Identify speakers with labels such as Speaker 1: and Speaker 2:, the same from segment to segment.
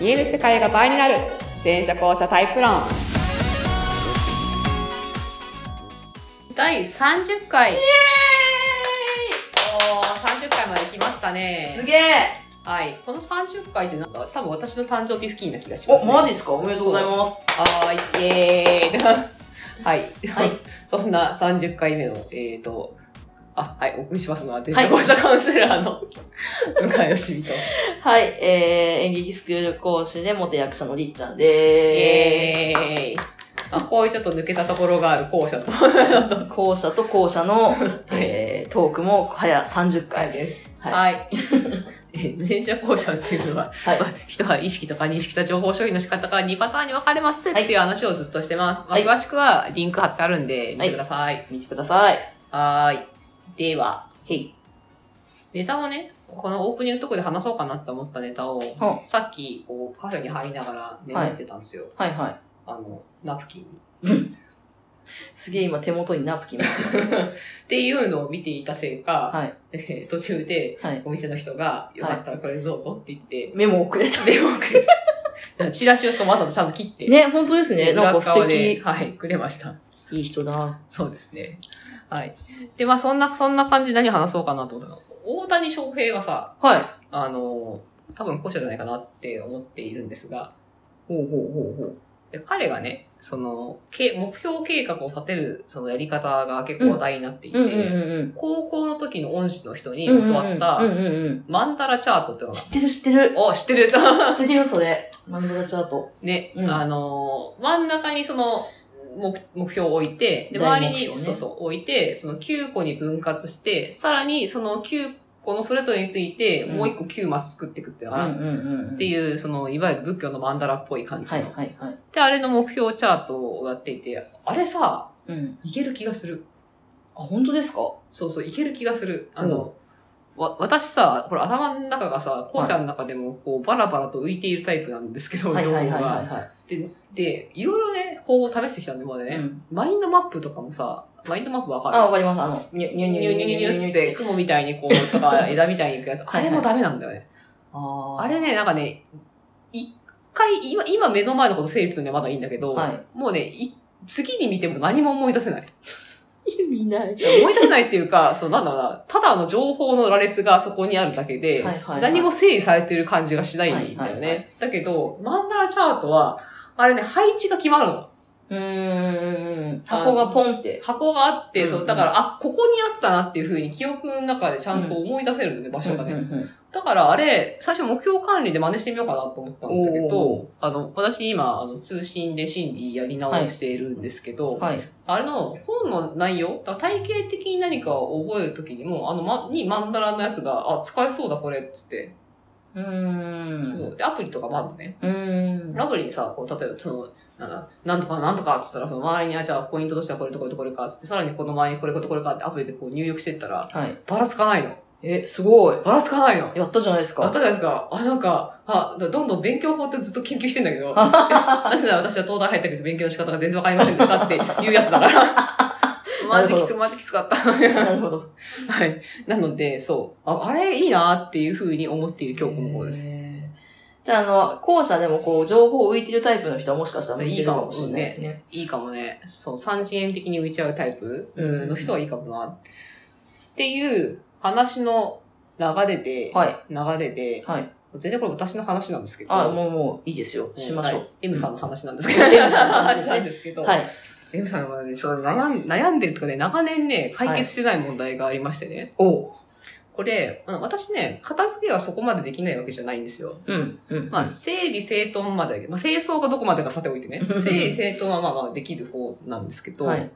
Speaker 1: 見える世界が倍になる全社交差タイプ論第30回おー30回まで来ました
Speaker 2: す
Speaker 1: ね
Speaker 2: げえ
Speaker 1: はいこの30回ってなんか多分私の誕生日付近な気がしま
Speaker 2: お、
Speaker 1: すね
Speaker 2: マジですかおめでとうございます。
Speaker 1: はーいイエーイはい、
Speaker 2: はい
Speaker 1: そんな30回目のえーとあはいお送りしますのは全社交差カウンセラーの向井よしみと
Speaker 2: はい、えー、演劇スクール講師で元役者のりっちゃんで
Speaker 1: イエーイまあ、こういうちょっと抜けたところがある校舎と
Speaker 2: ーす。校舎と校舎の、 えー、トークも早30
Speaker 1: 回
Speaker 2: 回。
Speaker 1: です。
Speaker 2: は
Speaker 1: はい。 え前者後者っていうのは、
Speaker 2: はい。
Speaker 1: まあ人は意識とか認識と情報処理の仕方が2パターンに分かれますっていう話をずっとしてます。
Speaker 2: はい
Speaker 1: まあ詳しくはリンク貼ってあるんで見てください。
Speaker 2: 見てください。
Speaker 1: はーい。では、
Speaker 2: へい。
Speaker 1: ネタをね、このオープニングのとこで話そうかなって思ったネタを
Speaker 2: は、
Speaker 1: さっきこうカフェに入りながら眠ってたんですよ。
Speaker 2: はいはい。
Speaker 1: あの、ナプキンに。
Speaker 2: すげえ今手元にナプキン持ってます。
Speaker 1: っていうのを見ていたせいか、
Speaker 2: はい。
Speaker 1: えー 途中で
Speaker 2: はい。
Speaker 1: お店の人が、よかったらこれどうぞって言って、
Speaker 2: メモ遅れた。メモ遅れ
Speaker 1: だからチラシをしかもわざわざちゃんと切って、
Speaker 2: ね、本当ですね。なんか素
Speaker 1: 裏側で
Speaker 2: 敵。
Speaker 1: はい、くれました。
Speaker 2: いい人だ。
Speaker 1: そうですね。はい。で、まあそんな、そんな感じで何話そうかなと思ったの。大谷翔平はさ、
Speaker 2: はい。
Speaker 1: あの、多分校舎じゃないかなって思っているんですが、
Speaker 2: ほうほうほうほう。
Speaker 1: で彼がね、その、け目標計画を立てる、そのやり方が結構話題になっていて、
Speaker 2: うんうんうんうん。
Speaker 1: 高校の時の恩師の人に
Speaker 2: うんうんうん
Speaker 1: 教わった
Speaker 2: う、んうんうん。
Speaker 1: マンダラチャートっていうのが
Speaker 2: 知ってる知ってる。
Speaker 1: お、知って る
Speaker 2: 知ってるよ、それ。マンダラチャート。
Speaker 1: ね、
Speaker 2: うん
Speaker 1: あのー、真ん中にその、目目標を置いて、で、
Speaker 2: 大
Speaker 1: 周
Speaker 2: 目
Speaker 1: り
Speaker 2: 標
Speaker 1: に、
Speaker 2: ね
Speaker 1: そうそう、置いて、その9個に分割して、さらにその9個のそれぞれについて、
Speaker 2: うん
Speaker 1: もう1個9マス作っていくっていう
Speaker 2: う
Speaker 1: のかな、
Speaker 2: んうんうん。
Speaker 1: っていう、その、いわゆる仏教のマンダラっぽい感じ
Speaker 2: は
Speaker 1: の。
Speaker 2: いはいはい。
Speaker 1: で、あれの目標チャートをやっていて、あれさ、
Speaker 2: うん。
Speaker 1: いける気がする。
Speaker 2: あ、本当ですか
Speaker 1: そうそう、いける気がする。あの、わ、私さ、これ頭の中がさ、校舎の中でも、こう、バラバラと浮いているタイプなんですけど、
Speaker 2: はい
Speaker 1: 情
Speaker 2: はい
Speaker 1: 報
Speaker 2: はい
Speaker 1: が。
Speaker 2: は
Speaker 1: で、で、いろいろね、方法を試してきたんで、まだ
Speaker 2: い
Speaker 1: ね、
Speaker 2: はい。うん
Speaker 1: マインドマップとかもさ、マインドマップわかる
Speaker 2: あ、わかります。あの、ニュニュ
Speaker 1: ニ
Speaker 2: ニ
Speaker 1: ュ
Speaker 2: ュ
Speaker 1: ニュニュニュニュって、雲みたいにこう、とか枝みたいにいくやつ。あ
Speaker 2: はいはい
Speaker 1: れもダメなんだよね。
Speaker 2: あ
Speaker 1: あれね、なんかね、一回、今、今目の前のこと整理するのはまだいいんだけど、
Speaker 2: はい
Speaker 1: もうね、い次に見ても何も思い出せない。
Speaker 2: 意味ない。
Speaker 1: 思い出せないっていうか、そう、なんだろうな、ただあの情報の羅列がそこにあるだけで、
Speaker 2: はいはいはい
Speaker 1: 何も整理されてる感じがしないんだよね。
Speaker 2: はいはいはい
Speaker 1: だけど、マンダラチャートは、あれね、配置が決まるの。
Speaker 2: うーん。箱がポンって。
Speaker 1: 箱があって、
Speaker 2: うん
Speaker 1: そう、だから、あ、ここにあったなっていうふうに記憶の中でちゃんと思い出せるのね、場所がね。
Speaker 2: うんうんうん
Speaker 1: だから、あれ、最初目標管理で真似してみようかなと思ったんだけ
Speaker 2: お
Speaker 1: ど、あの、私今、あの、通信で心理やり直しているんですけど、
Speaker 2: はい。
Speaker 1: あれの本の内容、だから体系的に何かを覚えるときにも、あの、ま、にマンダラのやつが、あ、使えそうだこれ、っつって。
Speaker 2: うーん。
Speaker 1: そうそう。で、アプリとかもあるのね。
Speaker 2: うーん。
Speaker 1: ラブリーにさ、こう、例えば、その、なんだ、なんとかなんとかって言ったら、その周りに、あ、じゃあ、ポイントとしてはこれとこれとこれか、つって、さらにこの周りにこれとこれかってアプリでこう入力してったら、
Speaker 2: はい。
Speaker 1: ばらつかないの。
Speaker 2: え、すごい。
Speaker 1: ばらつかないの。
Speaker 2: やったじゃないです
Speaker 1: あったじ
Speaker 2: か。
Speaker 1: ゃないですか。あ、なんか、あ、だどんどん勉強法ってずっと研究してんだけ ど、なぜなら私は東大入ったけど勉強の仕方が全然わかりませんでしたっていうやつだから。 マジきつ、マジきつかった。
Speaker 2: な
Speaker 1: は
Speaker 2: るほど。
Speaker 1: い。なので、そう。あ、あれいいなっていうふうに思っている今日この頃です。
Speaker 2: へー。じゃあ、あの、後者でもこう、情報浮いてるタイプの人はもしかしたら向いてるかもしれないですね。
Speaker 1: いいかもね。そう、三次元的に浮いちゃうタイプうんの人はいいかもな。っていう話の流れで、
Speaker 2: はい。
Speaker 1: 流れで、
Speaker 2: はい。
Speaker 1: 全然これ私の話なんですけど、
Speaker 2: あ、もう、もう、いいですよ。しましょ
Speaker 1: は
Speaker 2: う
Speaker 1: い。M さんの話なんですけど、
Speaker 2: うん M さんの話ですね
Speaker 1: 話なんですけど、
Speaker 2: はい。
Speaker 1: M さんはね、ちょっと悩ん悩んでるとかね、長年ね、解決してない問題がありましてね、
Speaker 2: おう。
Speaker 1: これ、まあ私ね、片付けはそこまでできないわけじゃないんですよ。
Speaker 2: うん。うん。、
Speaker 1: まあ、整理整頓までだけど、まあ、清掃がどこまでかさておいてね 整理整頓はまあまあできる方なんですけど、
Speaker 2: はい。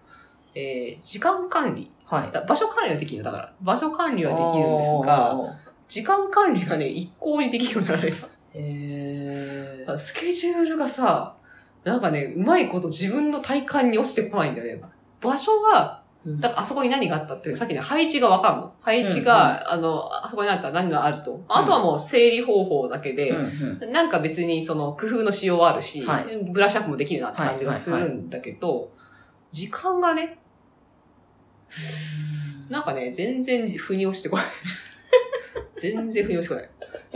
Speaker 1: えー時間管理。
Speaker 2: はい。
Speaker 1: だ場所管理はできるよ、だから。場所管理はできるんですが、
Speaker 2: あ
Speaker 1: 時間管理がね、一向にできるようにならないです。
Speaker 2: ー。へー。
Speaker 1: スケジュールがさ、なんかね、うまいこと自分の体感に落ちてこないんだよね。場所が、
Speaker 2: うん
Speaker 1: だからあそこに何があったっていう、さっきね、配置がわかるの。配置が、あの、あそこにあったら何があると。あとはもう整理方法だけで、
Speaker 2: うんうん
Speaker 1: なんか別にその工夫のしようはあるし、
Speaker 2: は
Speaker 1: ブラッシュアップもできるなって感じがするんだけど、時間がね、 なんかね、全然腑に落ちてこない。全然腑に落ちてこない。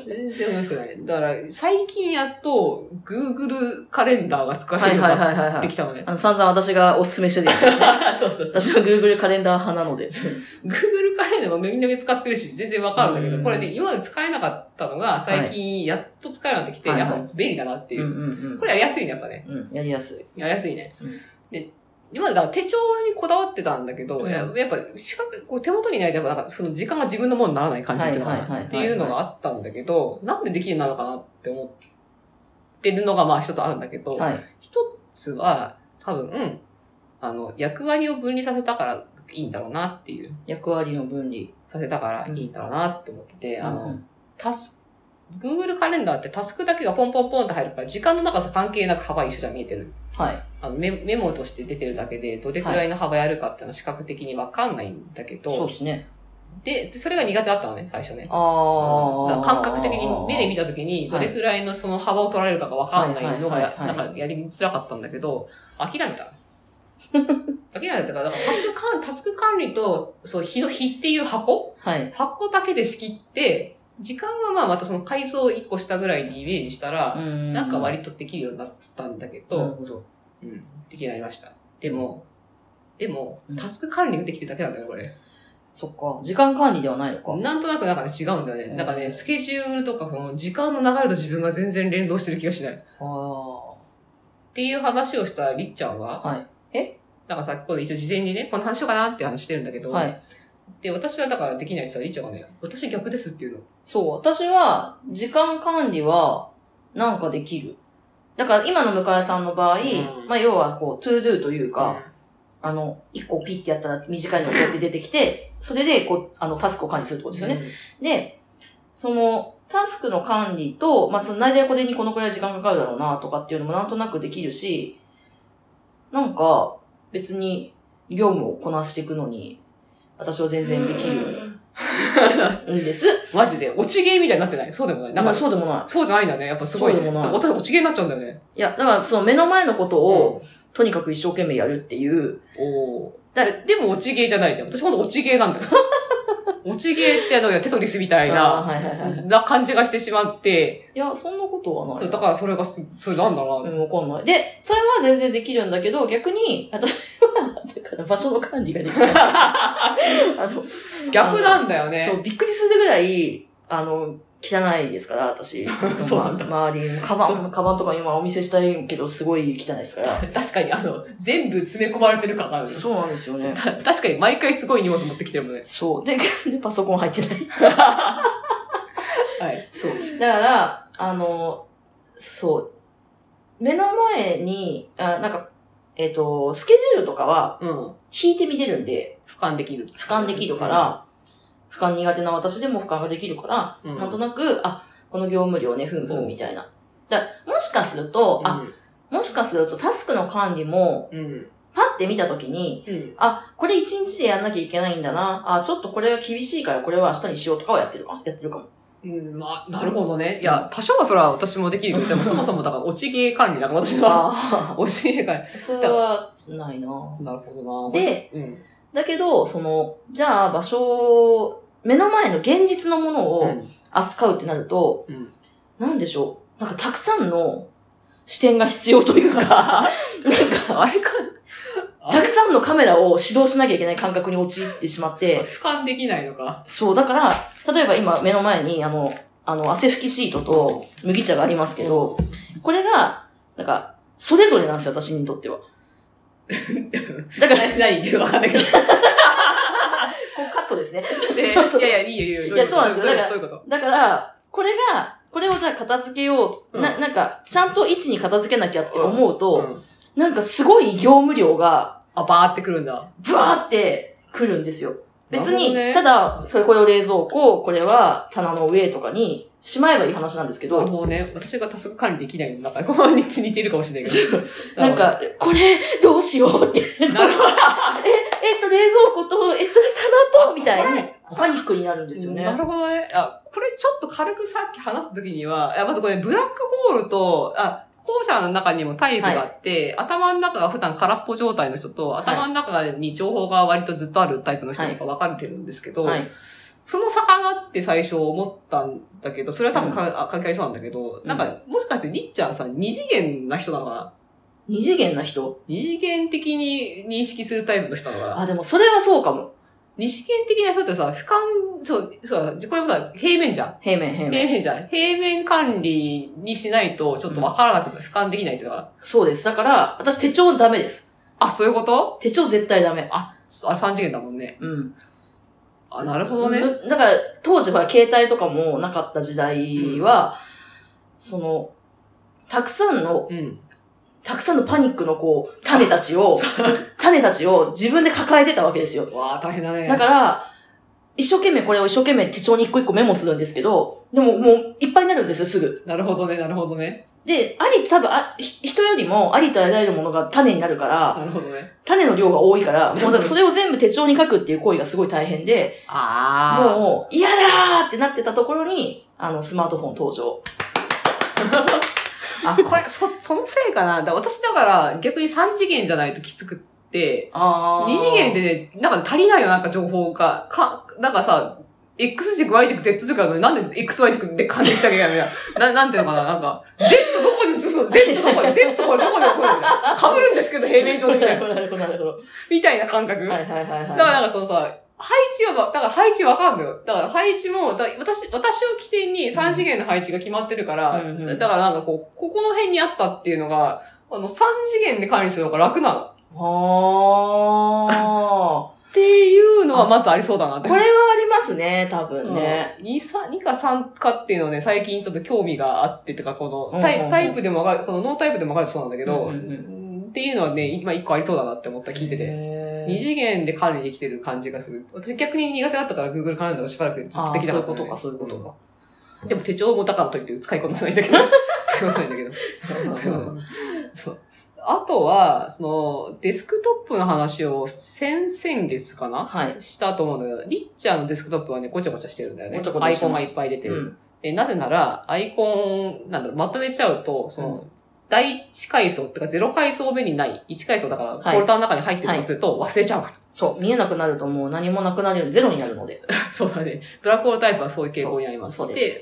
Speaker 1: 全然楽しくない。だから、最近やっと、Google カレンダーが使え
Speaker 2: は
Speaker 1: る
Speaker 2: い
Speaker 1: よう
Speaker 2: はい
Speaker 1: にな
Speaker 2: はいはい
Speaker 1: っ
Speaker 2: は
Speaker 1: て
Speaker 2: い。
Speaker 1: きたのね。
Speaker 2: あの、散々私がおすすめしてるやつですね。
Speaker 1: そうそうそう。
Speaker 2: 私は Google カレンダー派なので。
Speaker 1: Google カレンダーもみんな使ってるし、全然わかるんだけ
Speaker 2: う
Speaker 1: ど、
Speaker 2: ん
Speaker 1: これね、今まで使えなかったのが、最近やっと使えるようになってきて、
Speaker 2: はい
Speaker 1: やっ
Speaker 2: はい
Speaker 1: ぱ便利だなって
Speaker 2: う
Speaker 1: い
Speaker 2: んう
Speaker 1: う。
Speaker 2: んうん
Speaker 1: こ。れやりやすいね、やっぱね。
Speaker 2: うん、やりやすい。
Speaker 1: やりやすいね
Speaker 2: うん。
Speaker 1: で、今までだから手帳にこだわってたんだけど、
Speaker 2: うん
Speaker 1: ややっぱ資格、こう手元にないと、やっぱなんかその時間が自分のものにならない感じっていうのか
Speaker 2: はいはいは
Speaker 1: な
Speaker 2: いはい
Speaker 1: っていうのがあったんだけど、なんでできるようになるのかなって思ってるのがまあ一つあるんだけど、
Speaker 2: はい。
Speaker 1: 一つは多分、あの、役割を分離させたからいいんだろうなっていう、
Speaker 2: 役割の分離。
Speaker 1: させたからいいんだろうなって思ってて、あ
Speaker 2: う
Speaker 1: の、
Speaker 2: ん
Speaker 1: タスク、Google カレンダーってタスクだけがポンポンポンって入るから、時間の長さ関係なく幅一緒じゃん見えてる。
Speaker 2: はい。
Speaker 1: あのメメモとして出てるだけで、どれくらいの幅やるかっていうのは視覚的にわかんないんだけど、
Speaker 2: そうですね。
Speaker 1: で、でそれが苦手だったのね、最初ね。
Speaker 2: あ
Speaker 1: だ
Speaker 2: あ。
Speaker 1: から感覚的に目で見たときに、どれくらいのその幅を取られるかがわかんないのが、
Speaker 2: はいはいはいは
Speaker 1: ないんかやりづらかったんだけど、諦め た。諦めたっていうか、だからタスク管タスク管理と、そう、日の日っていう箱
Speaker 2: はい。
Speaker 1: 箱だけで仕切って、時間はまあまたその改造を1個したぐらいにイメージしたら、
Speaker 2: な
Speaker 1: なんか割とできるようになったんだけど、
Speaker 2: なるほど。
Speaker 1: うん、できるようになりました。でも、でも
Speaker 2: う、ん
Speaker 1: タスク管理ができてるだけなんだよ、これ。
Speaker 2: そっか。時間管理ではないのか。
Speaker 1: なんとなくなんかね、違うんだよ
Speaker 2: う
Speaker 1: ね。
Speaker 2: ん
Speaker 1: なんかね、スケジュールとか、その、時間の流れと自分が全然連動してる気がしない。っ
Speaker 2: あ
Speaker 1: ていう話をしたりっちゃん
Speaker 2: あ。
Speaker 1: は、
Speaker 2: はい。
Speaker 1: なんかさっきこれ一応事前にね、この話しようかなって話してるんだけど、
Speaker 2: はい。
Speaker 1: で、私はだからできないって言ったらりっちゃんがね、私逆ですっていうの。
Speaker 2: そう。私は、時間管理は、なんかできる。だから今の向井さんの場合、
Speaker 1: うん
Speaker 2: まあ要はこう、トゥードゥというか、あの、一個ピッてやったら短いのがこうやって出てきて、それでこう、あの、タスクを管理するってことですよね。
Speaker 1: ね。
Speaker 2: で、その、タスクの管理と、まあ、その、内でこれにこのくらい時間かかるだろうな、とかっていうのもなんとなくできるし、なんか、別に、業務をこなしていくのに、私は全然できるんです。
Speaker 1: マジで、落ちゲーみたいになってないそうでも ない。
Speaker 2: な
Speaker 1: なんんか、
Speaker 2: か
Speaker 1: そう
Speaker 2: そうでもな
Speaker 1: じゃないんだね。やっぱすごいね。
Speaker 2: そうでもない
Speaker 1: 私落ちゲーになっちゃうんだよね。
Speaker 2: い。いや、だから、その目の前のことを、とにかく一生懸命やるっていう、
Speaker 1: おーだでも、落ちゲーじゃないじゃん。私ほんと落ちゲーなんだ よ。落ちゲーってあの、テトリスみたい
Speaker 2: あー
Speaker 1: な、
Speaker 2: はいはいはい。
Speaker 1: な感じがしてしまって、
Speaker 2: いや、そんなことはない。
Speaker 1: そうだからそれがす、それなんだろう
Speaker 2: う
Speaker 1: な。
Speaker 2: ん、わかんない。で、それは全然できるんだけど、逆に、私は、だから場所の管理ができ ない。あの、
Speaker 1: 逆なんだよ
Speaker 2: そ
Speaker 1: ね。
Speaker 2: う、びっくりするぐらい、あの、汚いですから、 私。
Speaker 1: そうなんだ
Speaker 2: まあ周りに、カ
Speaker 1: そ
Speaker 2: バン、カバンとか今お見せしたいけど、すごい汚いですから。
Speaker 1: 確かに、あの、全部詰め込まれてる感がある。
Speaker 2: そうなんですよね。
Speaker 1: た確かに、毎回すごい荷物持ってきてるもんね。
Speaker 2: そう。で、でパソコン入ってない。
Speaker 1: はい。
Speaker 2: そう。だから、あの、そう。目の前に、あなんか、えっ、と、スケジュールとかは
Speaker 1: うん。
Speaker 2: 引いて見れるんで、
Speaker 1: 俯瞰できる。
Speaker 2: 俯瞰できるか、ら、俯瞰苦手な私でも俯瞰ができるから、
Speaker 1: うん
Speaker 2: なんとなく、あ、この業務量ね、ふんふんみたいな。だもしかすると、あ、
Speaker 1: あ、
Speaker 2: もしかするとタスクの管理も、
Speaker 1: うん。
Speaker 2: パッて見たときに、
Speaker 1: うん。
Speaker 2: あ、これ一日でやんなきゃいけないんだな。あ、ちょっとこれが厳しいからこれは明日にしようとかはやってるかも。やって るかも。
Speaker 1: うん、まあ、なるほどね。いや、多少はそれは私もできるけど、でもそもそもだから、落ちゲー管理だから、私は。
Speaker 2: あ
Speaker 1: 落ちゲー管
Speaker 2: あ、それはないな。
Speaker 1: 理。なるほどな
Speaker 2: で、
Speaker 1: うん。
Speaker 2: だけど、その、じゃあ場所を、目の前の現実のものを扱うってなると、
Speaker 1: うん。
Speaker 2: なんでしょう。なんかたくさんの視点が必要と いうか、なんか、あれか、たくさんのカメラを指導しなきゃいけない感覚に陥ってしまって、
Speaker 1: 俯瞰できないのか。
Speaker 2: そう、だから、例えば今目の前に、あの、あの、汗拭きシートと麦茶がありますけど、これが、なんか、それぞれなんですよ、私にとっては。だから、こ
Speaker 1: 何言ってるか分かんない けど。
Speaker 2: うカットですね。
Speaker 1: で
Speaker 2: そうそう
Speaker 1: いやいや、いいよ、いいよ。
Speaker 2: いやそうなんですよ
Speaker 1: どうい
Speaker 2: だ
Speaker 1: う
Speaker 2: から
Speaker 1: ことどういうこと
Speaker 2: だから、これが、これをじゃあ片付けよう、な、なんか、ちゃんと位置に片付けなきゃって思うと、
Speaker 1: うん
Speaker 2: なんかすごい業務量が、
Speaker 1: あ、バーってくるんだ。
Speaker 2: ブワーって来るんですよ。別に、
Speaker 1: なるほどね
Speaker 2: ただ、これを冷蔵庫、これは棚の上とかにしまえばいい話なんですけ
Speaker 1: な
Speaker 2: ど
Speaker 1: る、ほどね。私がタスク管理できないの、なんか、こう似て似てるかもしれないけど。
Speaker 2: なんか、これ、どうしようって。 え、えっ
Speaker 1: なるほど、
Speaker 2: と、冷蔵庫と、えっと、棚と、みたいに、パニックになるんですよね。
Speaker 1: なるほどね。あ、これちょっと軽くさっき話すときには、あまずこれブラックホールと、あ、校舎の中にもタイプがあって、頭の中が普段空っぽ状態の人と、頭の中に情報が割とずっとあるタイプの人とか分かれてるんですけど、
Speaker 2: はい。
Speaker 1: その差かなって最初思ったんだけど、それは多分か、あ関係ありそうなんだけど、
Speaker 2: ん
Speaker 1: なんか、もしかしてりっちゃんさ、二次元な人なのかな
Speaker 2: 二次元な人
Speaker 1: 二次元的に認識するタイプの人なのかな
Speaker 2: あ、でもそれはそうかも。
Speaker 1: 二次元的な人ってさ、俯瞰、そう、そうだ、これもさ、平面じゃん。
Speaker 2: 平面、平面。
Speaker 1: 平面じゃん。平面管理にしないと、ちょっとわからなくて、俯瞰できないっていうから。
Speaker 2: そうです。だから、私手帳ダメです。
Speaker 1: あ、そういうこと
Speaker 2: 手帳絶対ダメ。
Speaker 1: そあ、三次元だもんね。
Speaker 2: うん。
Speaker 1: あ、なるほどね。
Speaker 2: むだから、当時は携帯とかもなかった時代は、その、たくさんの、
Speaker 1: うん。
Speaker 2: たくさんのパニックのこう、種た ちを、種たちを自分で抱えてたわけですよ。
Speaker 1: わあ大変だね。
Speaker 2: だから、一生懸命これを一生懸命手帳に一個一個メモするんですけど、でももういっぱいになるんですよ、すぐ。
Speaker 1: なるほどね、なるほどね。
Speaker 2: で、あり、多分あ、ひ人よりもありとあらゆるものが種になるから、
Speaker 1: なるほどね。
Speaker 2: 種の量が多いから、もうだからそれを全部手帳に書くっていう行為がすごい大変で、
Speaker 1: あ
Speaker 2: もう嫌だーってなってたところに、あの、スマートフォン登場。
Speaker 1: あ。あ、これ、そ、そのせいかな。だ私だから、逆に三次元じゃないときつくって、
Speaker 2: あ
Speaker 1: 二次元
Speaker 2: で。
Speaker 1: でね、なんか足りないよ、なんか情報が。か、なんかさ、X 軸、Y 軸、Z 軸なのになんで XY 軸で感じしたきゃいけないのな、なんていうのかな、なんか、Z どこに移すの ?Z どこに ?Z これどこに置くのみたいな。被るんですけど、平面上でみ
Speaker 2: な
Speaker 1: たい
Speaker 2: るほ
Speaker 1: な。
Speaker 2: ど、なるほど、なるほ ど。
Speaker 1: みたいな感覚。
Speaker 2: はいはいは
Speaker 1: だ
Speaker 2: い
Speaker 1: から
Speaker 2: は
Speaker 1: なんかそのさ、配置はわ、だから配置わかんのよ。だから配置も、だから私、私を起点に3次元の配置が決まってるから、
Speaker 2: うんうん
Speaker 1: だからなんかこう、ここの辺にあったっていうのが、あの、3次元で管理するのが楽なの。っ
Speaker 2: い。は
Speaker 1: ていうのはまずありそうだなっ
Speaker 2: ー。
Speaker 1: て。
Speaker 2: これはありますね、多分ね。
Speaker 1: うん、2, さ2か3かっていうのはね、最近ちょっと興味があってとか、こ
Speaker 2: うんうんうん
Speaker 1: のタイタイプでもわかる、このノータイプでもわかるそうなんだけど、
Speaker 2: うんうん
Speaker 1: っていうのはね、今1個ありそうだなって思った、聞いてて。
Speaker 2: て
Speaker 1: 二次元で管理できてる感じがする。私逆に苦手だったから Google カレンダーがしばらくずっとできなかった、
Speaker 2: あーそういうことかそういうこ
Speaker 1: うんでも手帳もだからといって使いこなせないんだけど。 使いこなせないんだけど。そう。あとは、その、デスクトップの話を先々月かな
Speaker 2: はい。
Speaker 1: したと思うんだけど、りっちゃんのデスクトップはね、ごちゃごちゃしてるんだよね。
Speaker 2: ごちゃごちゃ
Speaker 1: ア
Speaker 2: し
Speaker 1: イ
Speaker 2: て
Speaker 1: コン
Speaker 2: ます
Speaker 1: がいっぱい出て
Speaker 2: う
Speaker 1: る。
Speaker 2: ん。
Speaker 1: でなぜなら、アイコン、なんだろう、まとめちゃうと、その、第1階層ってか0階層目にない、1階層だから、フ
Speaker 2: はい
Speaker 1: ォルダの中に入ってるとすると忘れちゃうから。
Speaker 2: そう。見えなくなるともう何もなくなるようにゼロになるので。
Speaker 1: そうだね。ブラックホールタイプはそういう傾向にあります。
Speaker 2: そうそうです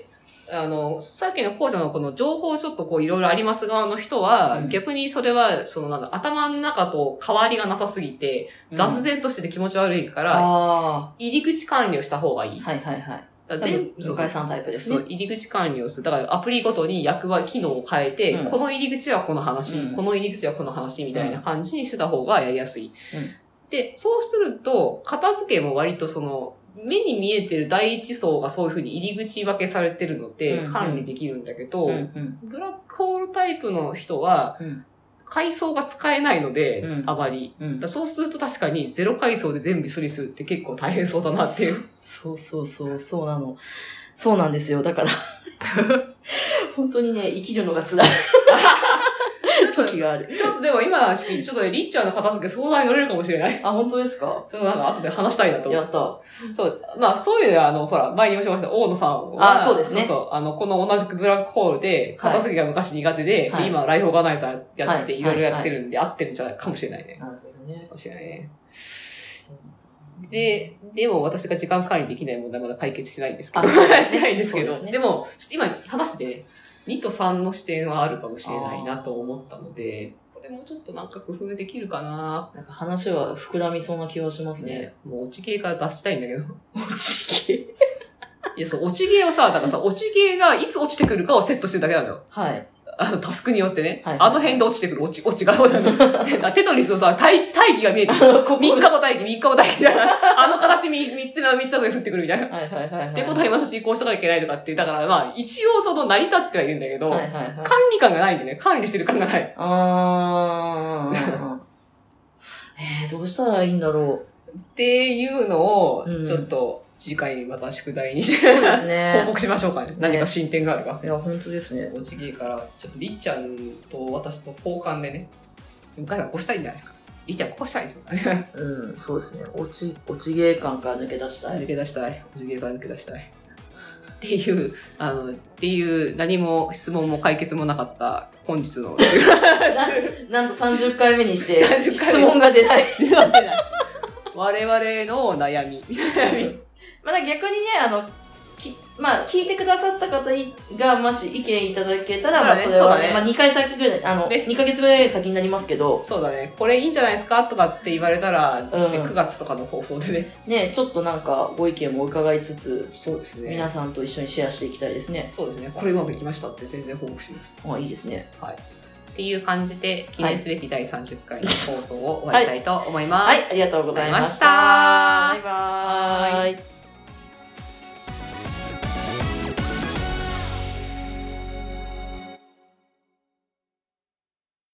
Speaker 1: あの、さっきの校舎のこの情報ちょっとこういろいろあります側の人は、
Speaker 2: うん
Speaker 1: 逆にそれは、そのなんだ、頭の中と変わりがなさすぎて、雑然としてて気持ち悪いから、
Speaker 2: あ
Speaker 1: 入り口管理をした方がい
Speaker 2: あ。
Speaker 1: い。
Speaker 2: はいはいはい。
Speaker 1: だから
Speaker 2: 全
Speaker 1: 全
Speaker 2: 部、向井さんタイプです
Speaker 1: そ
Speaker 2: ね
Speaker 1: う。入り口管理をする。だからアプリごとに役割、機能を変えて、
Speaker 2: うん
Speaker 1: この入り口はこの話、
Speaker 2: うん
Speaker 1: この入り口はこの話みたいな感じにしてた方がやりやすい。
Speaker 2: うん
Speaker 1: で、そうすると、片付けも割とその、目に見えてる第一層がそういうふうに入り口分けされてるので
Speaker 2: うんうん
Speaker 1: 管理できるんだけど、
Speaker 2: うんうん。
Speaker 1: ブラックホールタイプの人は
Speaker 2: うん
Speaker 1: 階層が使えないので、
Speaker 2: うん
Speaker 1: あまり。
Speaker 2: う
Speaker 1: だ
Speaker 2: ん
Speaker 1: から。そうすると確かにゼロ階層で全部処理するって結構大変そうだなって いう。
Speaker 2: そうそうそう、そうなの。そうなんですよ。だから。 本当にね、生きるのが辛い時がある。
Speaker 1: ちょっとでも今の話聞いて、ちょっとリッチャーの片付け相談に乗れるかもしれ ない。
Speaker 2: あ、本当ですか
Speaker 1: ちょっとなんか後で話したいなと思
Speaker 2: や
Speaker 1: う。
Speaker 2: った。は
Speaker 1: そう。まあそういう意味では、あの、ほら、前におっしゃいました、大野さんは。
Speaker 2: あそうですね
Speaker 1: そうそうあの、この同じくブラックホールで、片付けが昔苦手で、
Speaker 2: はい
Speaker 1: で今、ライフオーガナイザーやってて、
Speaker 2: はい
Speaker 1: いろいろやってるんで、合ってるんじゃないかもしれない
Speaker 2: い。
Speaker 1: ね。
Speaker 2: なるほどね。
Speaker 1: かもしれないね。
Speaker 2: そう
Speaker 1: で、でも私が時間管理できない問題まだ解決してないんですけど。
Speaker 2: あそうですね
Speaker 1: してないんですけど。
Speaker 2: そうです
Speaker 1: で
Speaker 2: ね
Speaker 1: も、ちょっと今話して、ね、2と3の視点はあるかもしれないなと思ったので、これもちょっとなんか工夫できるかな
Speaker 2: なんか話は膨らみそうな気はしますね。
Speaker 1: ね、もう落ち芸から脱したいんだけど。
Speaker 2: 落ち系。
Speaker 1: いや、そう、落ち芸をさ、だからさ、落ち芸がいつ落ちてくるかをセットしてるだけなのよ。
Speaker 2: はい。
Speaker 1: あの、タスクによってね。
Speaker 2: はい
Speaker 1: あの辺で落ちてくる落ち、落ちが、 でテトリスのさ、大気、大気が見えてくる。3日後大気、3日後大気みたいな。あの形3、三つ目は3つ後で降ってくるみたいな。っ
Speaker 2: はいはいはいはい。
Speaker 1: てことは今のうちにこうしとかなきゃいけないとかっていう。だからまあ、一応その成り立ってはいるんだけど、
Speaker 2: はいはいはい。
Speaker 1: 管理感がないんでね。管理してる感がない。
Speaker 2: あー。えー、どうしたらいいんだろ
Speaker 1: っていうのを
Speaker 2: うん、
Speaker 1: ちょっと、次回また宿題にし
Speaker 2: う。
Speaker 1: て、
Speaker 2: そうです
Speaker 1: 報
Speaker 2: ね。
Speaker 1: 告しましょうかね。何か進展があるか。
Speaker 2: いや、本当ですね。
Speaker 1: おちぎから、ちょっとりっちゃんと私と交換でね、向井がこうしたいんじゃないですか。りっちゃんこうしたいとか。
Speaker 2: うん、そうですね。落ち、落ち芸感から抜け出したい。
Speaker 1: 抜け出したい。おちぎから抜け出したい。っていう、あの、っていう、何も質問も解決もなかった本日 の。
Speaker 2: なんと30回目にして
Speaker 1: 30回目
Speaker 2: 質問が出ない。
Speaker 1: 我々の悩み。
Speaker 2: まだ逆にね、あの、きまあ、聞いてくださった方にが、もし意見いただけたら、
Speaker 1: そうだね
Speaker 2: まあ、それはね、
Speaker 1: そうだね
Speaker 2: まあ、2回先ぐらい、あの、
Speaker 1: ね
Speaker 2: 2ヶ月ぐらい先になりますけど、
Speaker 1: そうだね。これいいんじゃないですかとかって言われたら、ね
Speaker 2: うん
Speaker 1: 9月とかの放送でね。
Speaker 2: ね、ちょっとなんか、ご意見も伺いつつ、
Speaker 1: そうですね
Speaker 2: 皆。さんと一緒にシェアしていきたいですね。
Speaker 1: そうですね。これうまくいきましたって全然報告します。
Speaker 2: あ、いいですね。
Speaker 1: っていう感じで、記念すべき第30回の放送を終わりたいと思います。
Speaker 2: はい、ありがとうございました。
Speaker 1: ありがとうございま
Speaker 2: バイバイ。